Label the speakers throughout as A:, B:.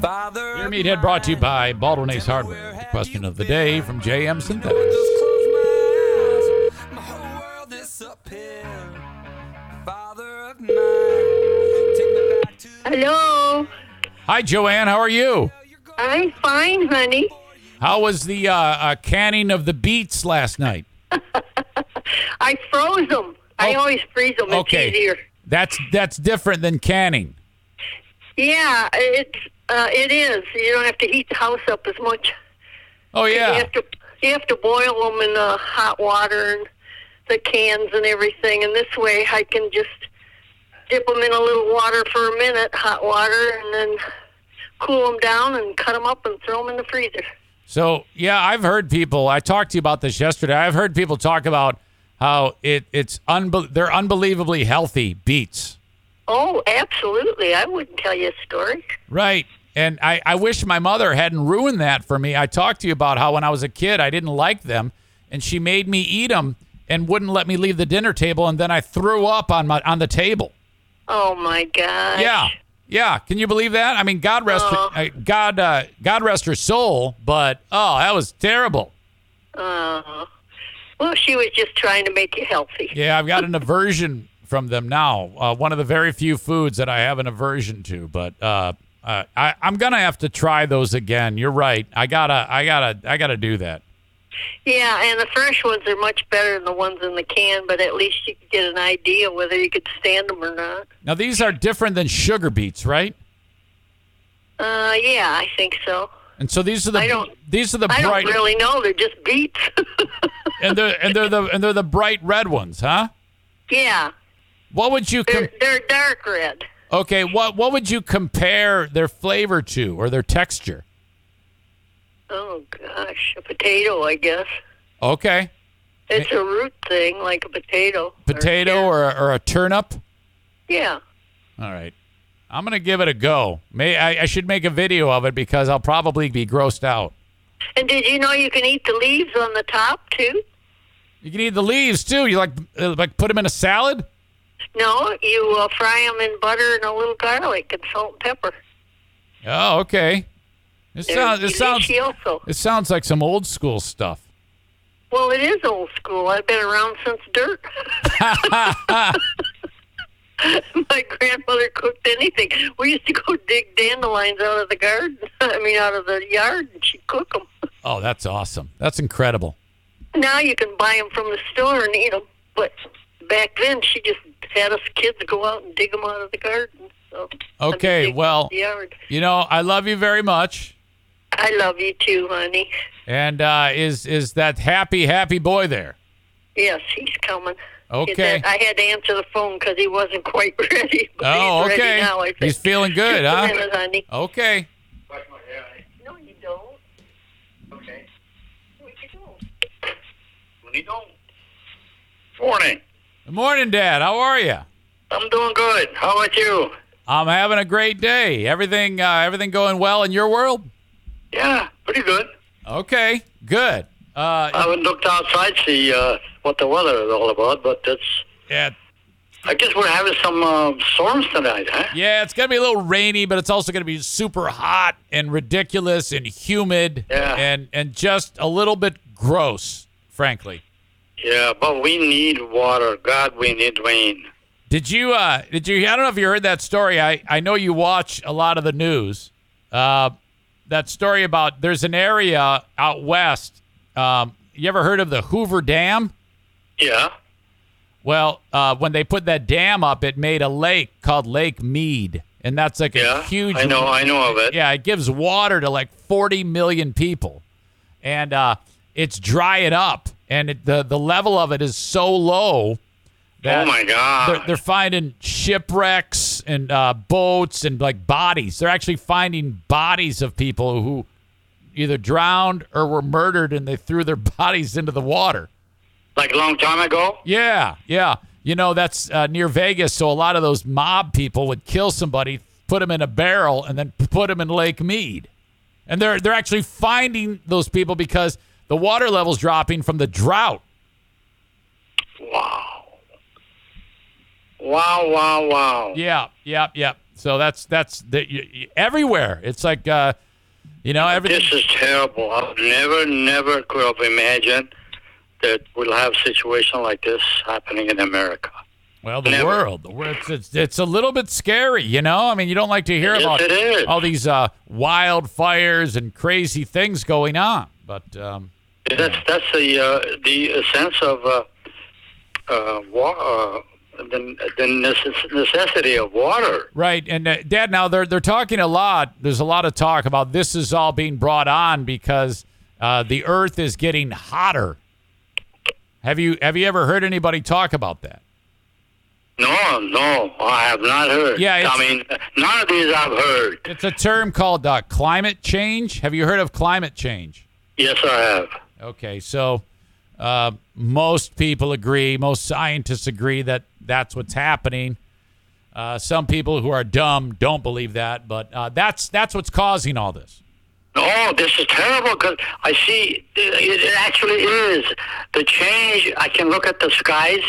A: Father.
B: Your Meathead brought to you by Baldwin Ace Hardware. The question of the day from JM Synthetics.
C: Hello.
B: Hi, Joanne. How are you?
C: I'm fine, honey.
B: How was the uh, uh, canning of the beets last night?
C: I froze them. I
B: Oh.
C: always freeze them. It's
B: Okay.
C: easier.
B: That's that's different than canning.
C: Yeah, it's uh, it is. You don't have to heat the house up as much.
B: Oh
C: You
B: yeah.
C: have to you have to boil them in uh, hot water and the cans and everything. And this way, I can just dip them in a little water for a minute, hot water, and then cool them down and cut them up and throw them in the freezer.
B: So yeah, I've heard people. I talked to you about this yesterday. I've heard people talk about how it it's unbe- they're unbelievably healthy beets.
C: Oh, absolutely. I wouldn't tell you a story.
B: Right. And I, I wish my mother hadn't ruined that for me. I talked to you about how when I was a kid, I didn't like them, and she made me eat them and wouldn't let me leave the dinner table, and then I threw up on my on the table.
C: Oh my gosh.
B: Yeah, yeah. Can you believe that? I mean, God rest
C: Oh.
B: uh, God uh, God rest her soul, but oh, that was terrible.
C: Uh, well, she was just trying to make you healthy.
B: Yeah, I've got an aversion from them now. Uh, one of the very few foods that I have an aversion to, but uh, uh, I, I'm gonna have to try those again. You're right. I gotta, I gotta, I gotta do that.
C: Yeah, and the fresh ones are much better than the ones in the can, but at least you could get an idea whether you could stand them or not.
B: Now these are different than sugar beets, right?
C: Uh, yeah, I think so.
B: And so these are
C: I
B: the
C: don't-
B: these are the
C: I don't
B: bright
C: really know. They're just beets.
B: and they're and they're the and they're the bright red ones, huh?
C: yeah,
B: What would you com-
C: they're, they're dark red.
B: okay? What what would you compare their flavor to or their texture?
C: Oh, gosh. A potato, I guess.
B: Okay,
C: It's a root thing, like a potato.
B: potato or a, or a turnip.
C: Yeah.
B: All right, I'm gonna give it a go. May I, I should make a video of it because I'll probably be grossed out.
C: And did you know you can eat the leaves on the top, too?
B: You can eat the leaves too. You like uh, like put them in a salad.
C: No, you uh, fry them in butter and a little garlic and salt and pepper.
B: Oh, okay. This
C: They're
B: sounds this sounds
C: delicioso.
B: this sounds like some old school stuff.
C: Well, it is old school. I've been around since dirt. My grandmother cooked anything. We used to go dig dandelions out of the garden. I mean, out of the yard, and she'd cook them.
B: Oh, that's awesome. That's incredible.
C: Now you can buy them from the store and eat them. But back then, she just had us kids go out and dig them out of the garden. So, I mean,
B: Okay,
C: dig
B: well-
C: the yard.
B: You know, I love you very much.
C: I love you too, honey.
B: And uh, is is that happy happy boy there?
C: Yes, he's coming.
B: Okay.
C: That- I had to answer the phone because he wasn't quite ready. but
B: Oh,
C: he's
B: okay.
C: Ready now, I think.
B: He's feeling good,
C: Just a
B: huh?
C: minute, honey.
B: Okay.
C: No, you don't. No, you don't.
D: Morning.
B: Good morning, Dad. How are you?
D: I'm doing good. How about you?
B: I'm having a great day. Everything uh, everything going well in your world?
D: Yeah, pretty good.
B: Okay, good. Uh,
D: I haven't looked outside to see uh, what the weather is all about, but it's.
B: yeah,
D: I guess we're having some uh, storms tonight, huh?
B: yeah, it's gonna be a little rainy, but it's also gonna be super hot and ridiculous and humid
D: Yeah.
B: and and just a little bit gross, frankly.
D: Yeah, but we need water. God, we need rain.
B: Did you uh did you I don't know if you heard that story. I I know you watch a lot of the news. Uh that story about there's an area out west. Um you ever heard of the Hoover Dam?
D: Yeah.
B: Well, uh when they put that dam up, it made a lake called Lake Mead. And that's like
D: Yeah.
B: a huge
D: I know. I know of it.
B: yeah, it gives water to like 40 million people. And uh, it's dry it up. And it, the, the level of it is so low that
D: oh my God.
B: they're, they're finding shipwrecks and uh, boats and like bodies. They're actually finding bodies of people who either drowned or were murdered and they threw their bodies into the water.
D: like a long time ago.
B: Yeah, yeah. You know, that's uh, near Vegas. So a lot of those mob people would kill somebody, put them in a barrel, and then p- put them in Lake Mead. And they're they're actually finding those people because the water level's dropping from the drought.
D: Wow. Wow. Wow. Wow.
B: Yeah, yeah, yeah. So that's that's the, y y- everywhere. It's like uh, you know everything.
D: This is terrible. I would never, never could have imagined that we'll have a situation like this happening in America.
B: Well, the
D: Never.
B: world, the world it's, it's it's a little bit scary, you know. I mean, you don't like to hear
D: Yes,
B: about
D: it is.
B: all these uh, wildfires and crazy things going on, but um,
D: That's that's the uh, the uh, sense of uh, uh, wa- uh, the, the necess- necessity of water.
B: Right, and uh, Dad, now they're they're talking a lot. There's a lot of talk about this is all being brought on because uh, the Earth is getting hotter. Have you have you ever heard anybody talk about that?
D: No, no, I have not heard.
B: Yeah, it's-
D: I mean, none of these I've heard.
B: It's a term called uh, climate change. Have you heard of climate change?
D: Yes, I have.
B: Okay, so uh, most people agree, most scientists agree that that's what's happening. Uh, some people who are dumb don't believe that, but uh, that's that's what's causing all this.
D: Oh, this is terrible because I see uh, it, it actually is the change. I can look at the skies.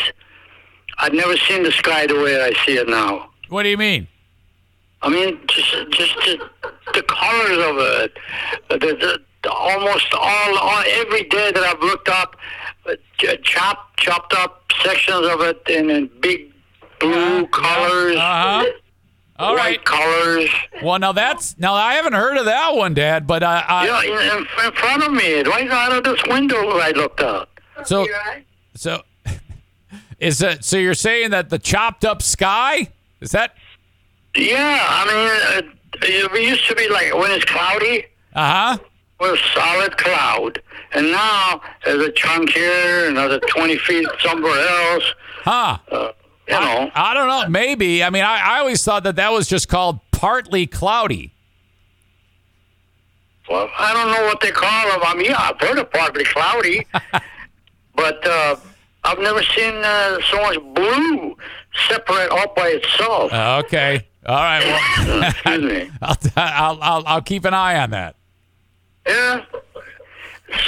D: I've never seen the sky the way I see it now.
B: What do you mean?
D: I mean, just just the, the colors of it. The, the, the- almost all, all every day that I've looked up, uh, ch- chopped chopped up sections of it in, in big blue colors,
B: Uh-huh. All
D: white
B: right. Uh-huh.
D: colors.
B: Well, now that's now I haven't heard of that one, Dad. But uh, I,
D: You know, in, in- in front of me, right out of this window I looked out.
B: so
C: Right?
B: so is that so? You're saying that the chopped up sky is that?
D: Yeah, I mean, uh, it used to be like when it's cloudy.
B: Uh huh.
D: with solid cloud, and now there's a chunk here, another 20 feet somewhere else.
B: Huh.
D: Uh, you know,
B: I don't know. Maybe. I mean, I, I always thought that that was just called partly cloudy.
D: well, I don't know what they call them. I mean, yeah, I've heard of partly cloudy, but uh, I've never seen uh, so much blue separate all by itself.
B: Uh, okay. All right. Well,
D: Excuse me.
B: I'll, I'll I'll I'll keep an eye on that.
D: Yeah.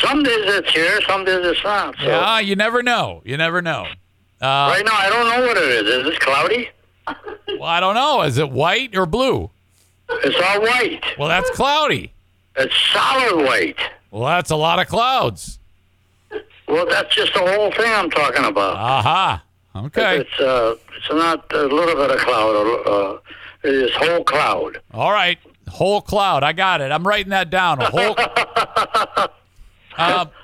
D: Some days it's here, some days it's not. So
B: Yeah. Uh, You never know. You never know.
D: right now, I don't know what it is. Is it cloudy?
B: Well, I don't know. Is it white or blue?
D: It's all white.
B: Well, that's cloudy.
D: It's solid white.
B: Well, that's a lot of clouds.
D: Well, that's just the whole thing I'm talking about.
B: Aha. Ah, Okay.
D: It's uh, it's not a little bit of cloud. Uh, it is whole cloud.
B: All right, whole cloud. I got it. I'm writing that down. A whole. Uh,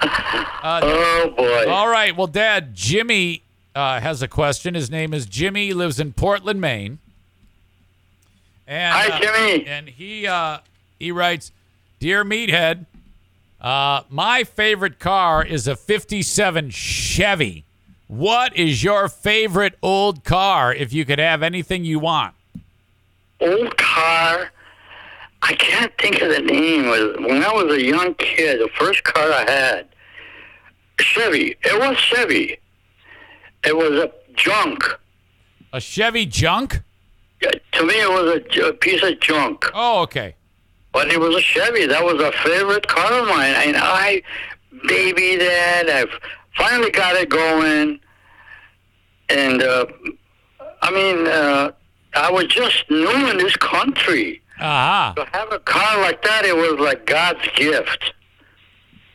D: Oh boy!
B: Ah, all right. Well, Dad, Jimmy uh, has a question. His name is Jimmy. He lives in Portland, Maine. And,
D: Hi,
B: uh,
D: Jimmy.
B: And he uh, he writes, "Dear Meathead, uh, my favorite car is a '57 Chevy. What is your favorite old car? If you could have anything you want."
D: Old car. I can't think of the name. It was- When I was a young kid, the first car I had, Chevy. It was Chevy. It was a junk.
B: A Chevy junk?
D: Yeah, To me, it was a j- a, piece of junk.
B: Oh, okay.
D: But it was a Chevy. That was a favorite car of mine, and I baby that. I finally got it going, and uh, I mean, uh, I was just new in this country.
B: Aha.
D: To have a car like that, it was like God's gift.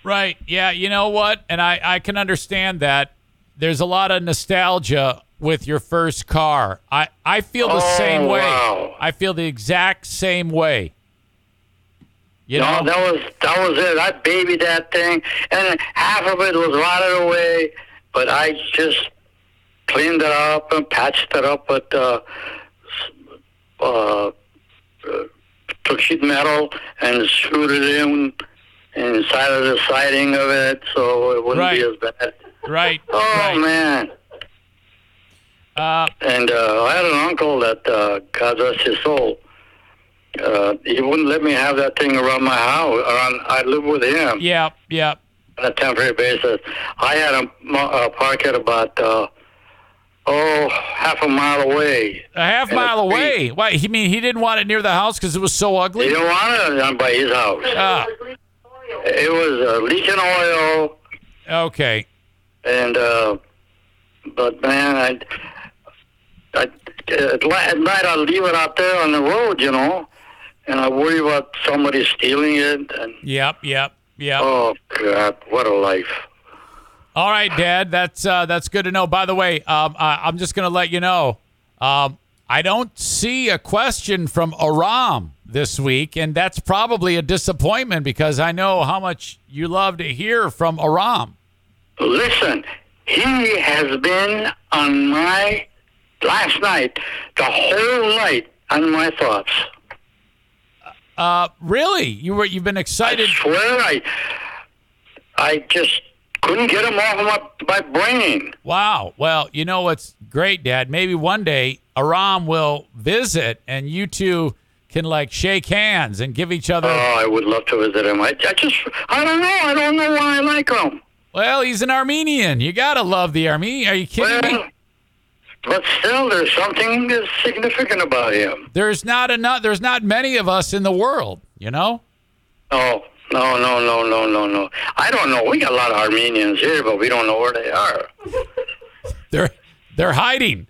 B: Right. Yeah. You know what? And I, I can understand that. There's a lot of nostalgia with your first car. I, I feel the
D: Oh,
B: same way.
D: wow.
B: I feel the exact same way. You
D: No,
B: know?
D: that was that was it. I babied that thing, and half of it was rotted away. But I just cleaned it up and patched it up with uh, s- uh, uh, took sheet metal and screwed it in inside of the siding of it, so it wouldn't be
B: Right.
D: as bad.
B: right.
D: Oh
B: right.
D: man!
B: Uh,
D: And uh, I had an uncle that uh, God rest his soul. Uh, he wouldn't let me have that thing around my house. Around, I lived with him.
B: yeah. Yeah.
D: on a temporary basis. I had a, mo- a pocket about uh, oh half a mile away.
B: A half
D: And a
B: mile
D: tree.
B: away. Why? He mean he didn't want it near the house because it was so
D: He
B: ugly.
D: didn't want it on by his house.
B: Ah.
D: It was uh, leaking oil,
B: Okay.
D: and uh, but man, I I at li- at night I leave it out there on the road, you know, and I worry about somebody stealing it. And
B: Yep, yep, yep.
D: oh God, what a life!
B: All right, Dad. That's uh, that's good to know. By the way, um, I, I'm just going to let you know. Um, I don't see a question from Aram this week, and that's probably a disappointment because I know how much you love to hear from Aram.
D: Listen, he has been on my last night, the whole night on my thoughts.
B: Uh, really, you were you've been
D: I
B: excited.
D: swear, I, I just couldn't get him off my, my brain.
B: Wow. Well, you know what's great, Dad? Maybe one day Aram will visit, and you two can like shake hands and give each other.
D: Oh, I would love to visit him. I, I just, I don't know. I don't know why I like him.
B: well, he's an Armenian. You gotta love the Armenian. Are you kidding me?
D: Well, but still, there's something that's significant about him.
B: there's not enough there's not many of us in the world you know
D: Oh, no, no, no, no, no, no. I don't know. We got a lot of Armenians here, but we don't know where they are.
B: they're they're hiding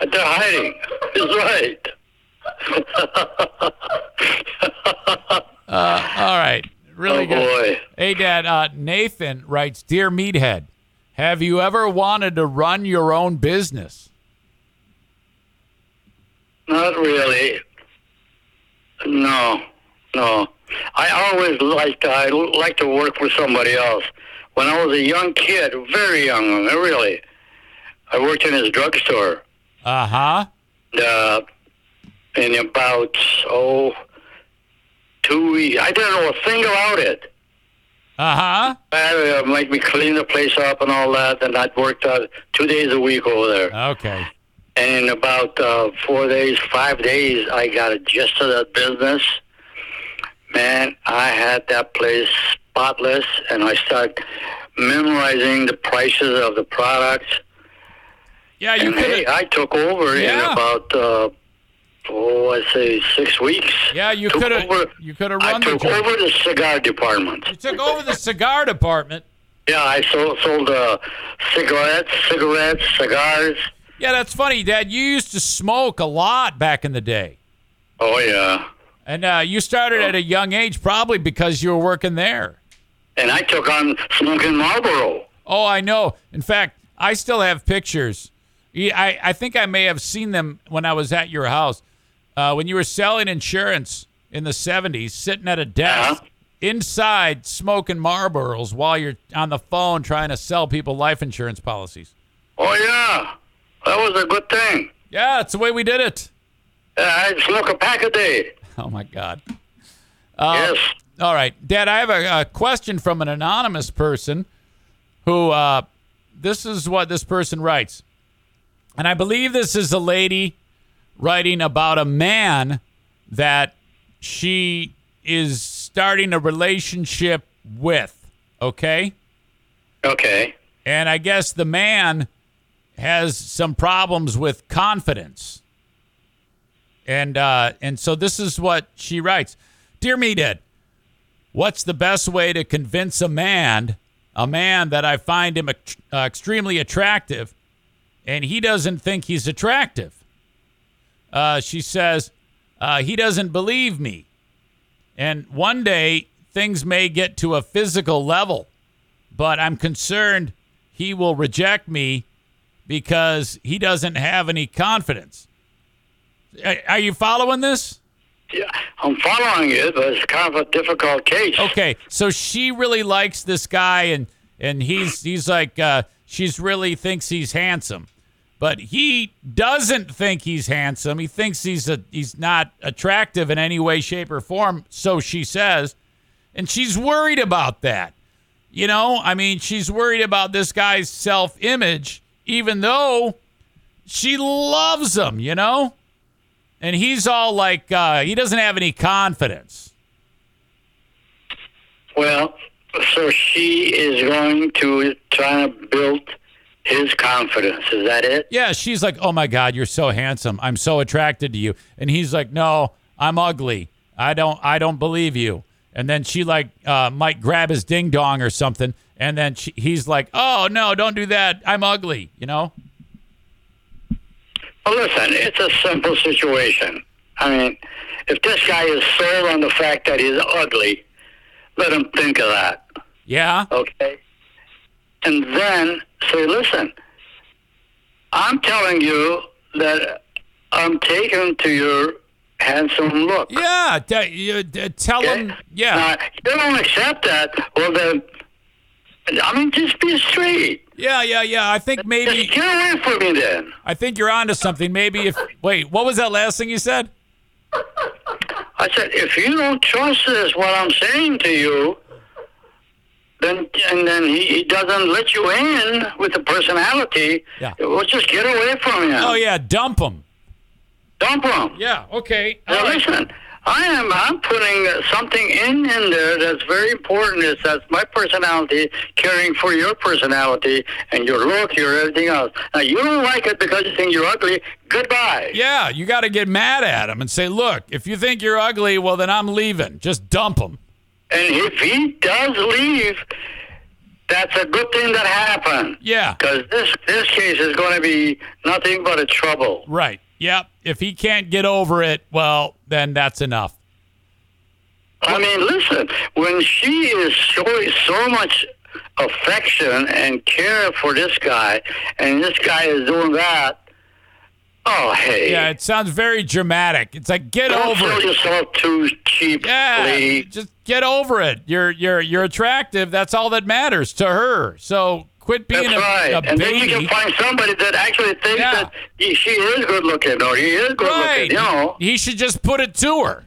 D: They're hiding. That's right.
B: all right really
D: oh,
B: good
D: boy.
B: hey dad uh, nathan writes dear meathead have you ever wanted to run your own business
D: Not really. No, no. I always liked I like to work for somebody else. When I was a young kid, very young, really, I worked in his drugstore.
B: uh-huh
D: Uh, in about oh, two weeks, I didn't know a thing about it.
B: uh-huh
D: I uh, make me clean the place up and all that, and I'd worked uh, two days a week over there.
B: okay
D: And in about uh, four days, five days, I got a gist of that business. Man, I had that place spotless, and I started memorizing the prices of the products.
B: yeah you
D: And hey,
B: could
D: I took over
B: Yeah.
D: in about uh, oh, I say six weeks.
B: yeah you
D: Took
B: could have
D: over-
B: you could have
D: I
B: run the
D: took
B: joint.
D: over the cigar department.
B: you took over the cigar department
D: Yeah, I sold, sold uh, cigarettes, cigarettes, cigars.
B: yeah that's funny dad you used to smoke a lot back in the day
D: Oh yeah.
B: and uh, you started at a young age probably because you were working there
D: And I took on smoking Marlboro.
B: Oh, I know. In fact, I still have pictures. Yeah, I, I think I may have seen them when I was at your house. Uh, when you were selling insurance in the 70s, sitting at a desk
D: Uh-huh.
B: inside smoking Marlboros while you're on the phone trying to sell people life insurance policies.
D: Oh yeah, that was a good thing.
B: Yeah, that's the way we did it.
D: Uh, I'd smoke a pack a day.
B: Oh, my God.
D: yes.
B: All right, Dad. I have a, a question from an anonymous person who. Uh, this is what this person writes, and I believe this is a lady writing about a man that she is starting a relationship with. Okay,
D: Okay.
B: and I guess the man has some problems with confidence. And uh, and so this is what she writes, dear Meathead, what's the best way to convince a man, a man that I find him ext- uh, extremely attractive, and he doesn't think he's attractive? Uh, she says uh, he doesn't believe me, and one day things may get to a physical level but I'm concerned he will reject me because he doesn't have any confidence. Are are you following this?
D: Yeah, I'm following it, but it's kind of a difficult case.
B: Okay, so she really likes this guy, and and he's he's like uh, she's really thinks he's handsome, but he doesn't think he's handsome. He thinks he's a he's not attractive in any way, shape, or form. So she says, and she's worried about that. You know, I mean, she's worried about this guy's self image, even though she loves him. You know. And he's all like, uh, he doesn't have any confidence.
D: Well, so she is going to try to build his confidence. Is that it?
B: Yeah, she's like, "Oh my god, you're so handsome. I'm so attracted to you." And he's like, "No, I'm ugly. I don't I don't believe you." And then she like uh, might grab his ding dong or something, and then she, he's like, "Oh no, don't do that. I'm ugly." You know?
D: Well, listen, it's a simple situation. I mean, if this guy is sold on the fact that he's ugly, let him think of that,
B: Yeah.
D: okay? And then say, listen, I'm telling you that I'm taken to your handsome look.
B: Yeah. d- you- d- tell him. Yeah.
D: Now, you don't accept that. Well, then, I mean, just be straight.
B: Yeah. Yeah. Yeah. I think
D: Just
B: maybe.
D: get away from me then.
B: I think you're onto something. Maybe if. Wait. What was that last thing you said?
D: I said, if you don't trust this, what I'm saying to you, then and then he, he doesn't let you in with the personality.
B: Yeah.
D: Well, just get away from him.
B: Oh yeah. Dump him.
D: Dump him.
B: Yeah. Okay. All
D: Now
B: right.
D: listen, I am I'm putting uh, something in in there that's very important. It's that's my personality caring for your personality and your look, your everything else. Now you don't like it because you think you're ugly. Goodbye.
B: Yeah. You got to get mad at him and say, look, if you think you're ugly, well then I'm leaving. Just dump him.
D: And if he does leave, that's a good thing that happened.
B: Yeah.
D: Because this this case is going to be nothing but a trouble.
B: Right. Yep. If he can't get over it, well then that's enough.
D: I mean, listen, when she is showing so much affection and care for this guy, and this guy is doing that, oh hey,
B: Yeah. It sounds very dramatic. It's like get
D: don't
B: over
D: sell
B: it.
D: yourself too cheaply.
B: Yeah, just get over it. You're you're you're attractive. That's all that matters to her. So quit being
D: That's
B: a,
D: right.
B: a
D: and then you
B: baby.
D: can find somebody that actually thinks
B: Yeah.
D: that he, she is good looking or he is good
B: right.
D: looking. You know,
B: He should just put it to her.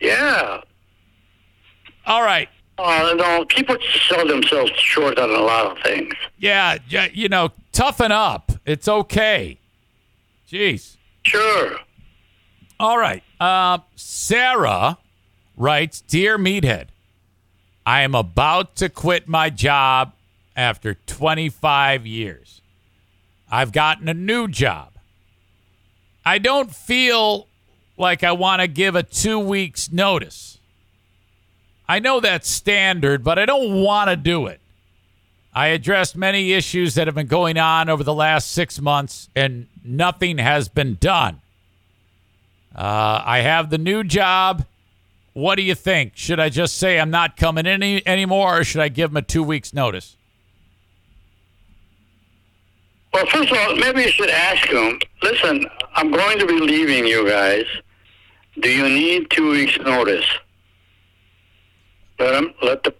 D: yeah.
B: All right.
D: Uh, no, people sell themselves short on a lot of things.
B: Yeah, yeah, you know, toughen up. It's okay. Jeez.
D: Sure.
B: All right. Uh, Sarah writes Dear Meathead, I am about to quit my job after 25 years. I've gotten a new job. I don't feel like I want to give a two weeks notice. I know that's standard, but I don't want to do it. I addressed many issues that have been going on over the last six months, and nothing has been done. Uh, I have the new job. What do you think? Should I just say I'm not coming in any, anymore, or should I give him a two weeks notice?
D: Well, first of all, maybe you should ask him. Listen, I'm going to be leaving you guys. Do you need two weeks' notice? Let him. Let the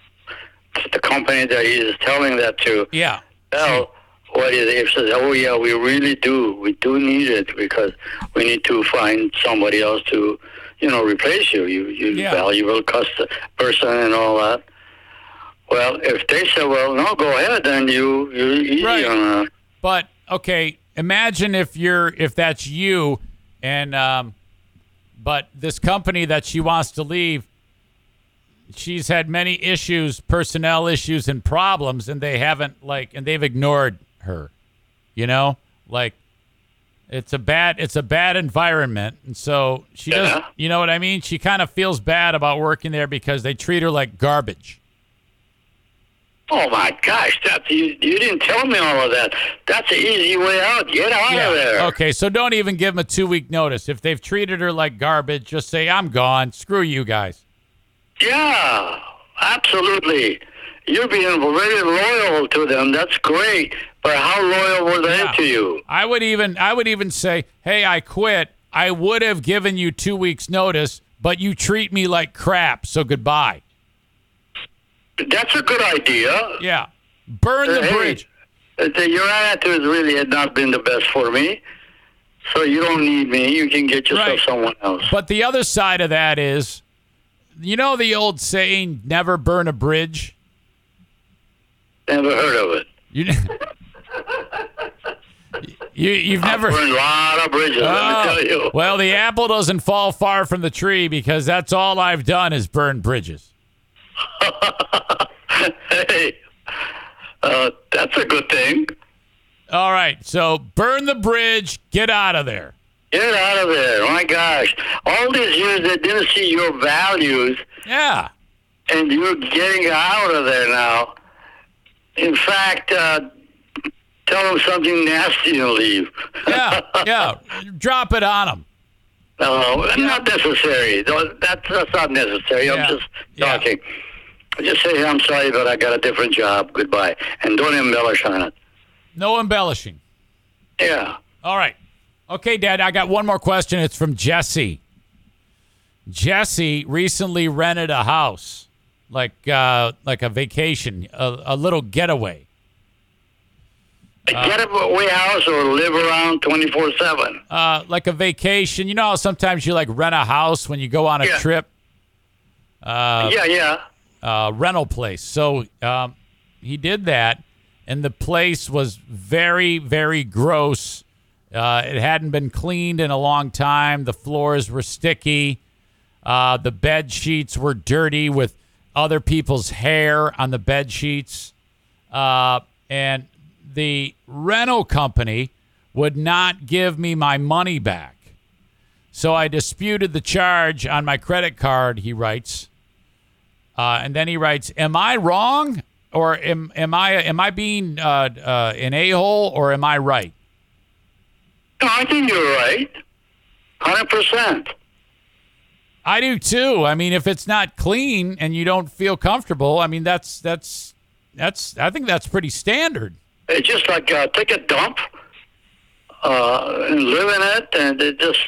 D: the company that he is telling that to
B: Yeah,
D: tell what is if says, oh yeah, we really do. We do need it because we need to find somebody else to, you know, replace you. You you
B: Yeah.
D: valuable customer person and all that. Well, if they say, well, no, go ahead, then you you easy
B: Right.
D: on that.
B: but okay. Imagine if you're if that's you, and um, but this company that she wants to leave, she's had many issues, personnel issues, and problems, and they haven't like and they've ignored her. You know, like it's a bad it's a bad environment, and so she
D: Yeah.
B: doesn't. You know what I mean? She kind of feels bad about working there because they treat her like garbage.
D: Oh my gosh, that you, you didn't tell me all of that. That's an easy way out. Get out of there.
B: Okay, so don't even give them a two week notice. If they've treated her like garbage, just say, I'm gone. Screw you guys.
D: Yeah, absolutely. You're being very loyal to them. That's great. But how loyal were they
B: Yeah.
D: to you?
B: I would even I would even say, Hey, I quit. I would have given you two weeks notice, but you treat me like crap, so goodbye.
D: That's a good idea.
B: Yeah. Burn the
D: Hey,
B: bridge.
D: uh, Your attitude really had not been the best for me. So you don't need me. You can get yourself
B: Right.
D: someone else.
B: But the other side of that is you know the old saying, never burn a bridge?
D: Never heard of it.
B: You You, you've never
D: Burned a lot of bridges,
B: Oh,
D: let me tell you.
B: Well, the apple doesn't fall far from the tree because that's all I've done is burn bridges.
D: hey, uh, that's a good thing.
B: All right, so burn the bridge, get out of there.
D: Get out of there. My gosh. All these years they didn't see your values
B: Yeah.
D: and you're getting out of there now. In fact, uh, Tell them something nasty and leave.
B: Yeah, yeah. Drop it on them.
D: No, Uh, not necessary. No, That's, that's not necessary.
B: Yeah.
D: I'm just
B: Yeah.
D: talking. Just say, I'm sorry, but I got a different job. Goodbye. And don't embellish on it.
B: No embellishing.
D: Yeah.
B: All right. Okay, Dad, I got one more question. It's from Jesse. Jesse recently rented a house, like uh, like a vacation, a, a little getaway.
D: A getaway house or live around 24 7.
B: uh, like a vacation. You know how sometimes you like rent a house when you go on a
D: Yeah.
B: trip,
D: Yeah, yeah.
B: uh, rental place. So um, he did that, and the place was very, very gross. Uh, it hadn't been cleaned in a long time. The floors were sticky. Uh, the bed sheets were dirty with other people's hair on the bed sheets. Uh, and the rental company would not give me my money back. So I disputed the charge on my credit card, he writes. Uh, and then he writes, "Am I wrong, or am am I am I being uh, uh, an a hole, or am I right?"
D: No, I think you're right. 100%.
B: I do too. I mean, if it's not clean and you don't feel comfortable, I mean, that's that's that's I think that's pretty standard.
D: It's just like uh, take a dump uh, and live in it, and it just.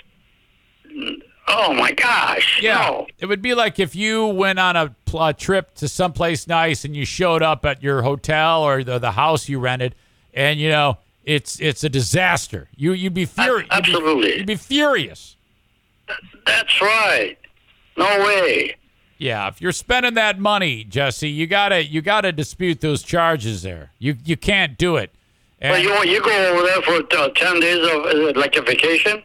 D: Oh my gosh! No.
B: it would be like if you went on a, pl- a trip to someplace nice and you showed up at your hotel or the, the house you rented, and you know it's it's a disaster. You you'd be furious.
D: absolutely.
B: you'd be furious.
D: That's right. No way.
B: Yeah, if you're spending that money, Jesse, you gotta you gotta dispute those charges there. You you can't do it.
D: But
B: And,
D: you you go over there for uh, ten days of is it like a vacation?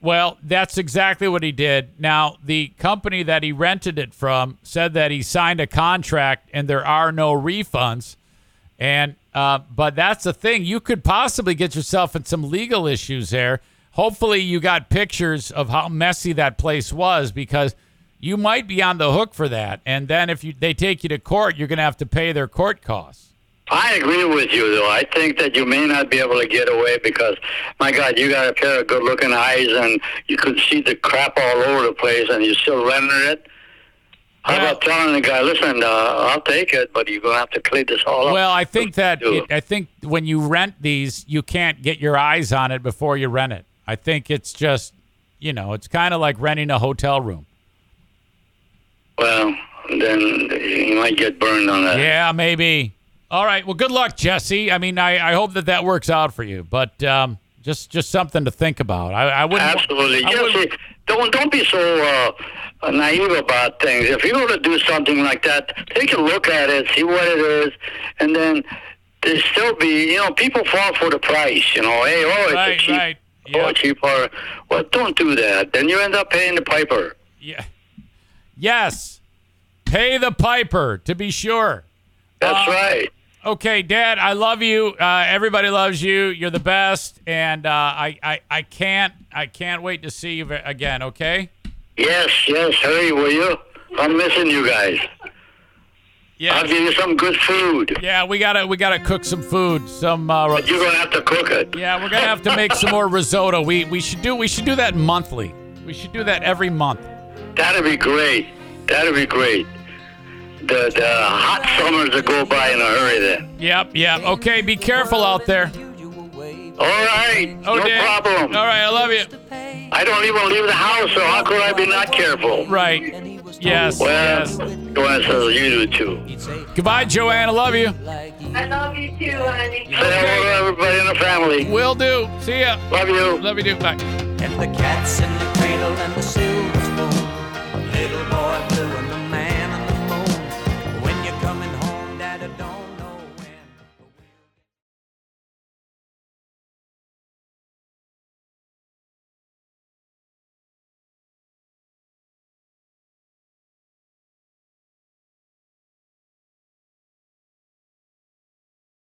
B: well, that's exactly what he did. Now, the company that he rented it from said that he signed a contract and there are no refunds. And uh, but that's the thing. You could possibly get yourself in some legal issues there. Hopefully, you got pictures of how messy that place was because you might be on the hook for that. And then if you they take you to court, you're going to have to pay their court costs.
D: I agree with you though. I think that you may not be able to get away because my God, you got a pair of good looking eyes and you could see the crap all over the place and you still renting it. How
B: Well-
D: about telling the guy, listen, uh, I'll take it, but you're gonna have to clean this all up.
B: Well, I think that
D: do.
B: it, I think when you rent these, you can't get your eyes on it before you rent it. I think it's just, you know, it's kind of like renting a hotel room.
D: Well, then you might get burned on that.
B: Yeah, maybe. All right. Well, good luck, Jesse. I mean, I, I hope that that works out for you, but um, just just something to think about. I, I wouldn't.
D: Absolutely.
B: I
D: Yes,
B: wouldn't-
D: see, don't don't be so uh, naive about things. If you're going to do something like that, take a look at it, see what it is, and then there still be you know people fall for the price. You know, hey, oh, it's
B: Right,
D: a cheap,
B: right.
D: oh,
B: Yeah.
D: it's cheaper. Well, don't do that. Then you end up paying the piper.
B: yeah. Yes. Pay the piper to be sure.
D: That's
B: Uh,
D: right.
B: Okay, Dad, I love you. Uh, everybody loves you. You're the best, and uh, I, I I can't I can't wait to see you ve- again. Okay.
D: Yes, yes. Hurry, will you? I'm missing you guys. I'll
B: Yeah.
D: give you some good food.
B: Yeah. We gotta we gotta cook some food. Some. Uh,
D: You're gonna have to cook it.
B: yeah, we're gonna have to make some more risotto. We we should do we should do that monthly. We should do that every month.
D: That'd be great. That'd be great. The the hot summers that go by in a hurry then.
B: Yep. Yep. Okay. Be careful out there.
D: All right.
B: Oh,
D: no
B: Dad.
D: problem.
B: All right. I love you.
D: I don't even leave the house, so how could I be not careful?
B: Right. Yes.
D: Well,
B: Yes.
D: Joanne says you do too.
B: Goodbye, Joanne. I love you.
C: I love you too, honey.
D: Say hello to everybody in the family.
B: Will do. See ya.
D: Love you.
B: Love you too. Bye.
A: And the cat's in the cradle and the silver spoon. Little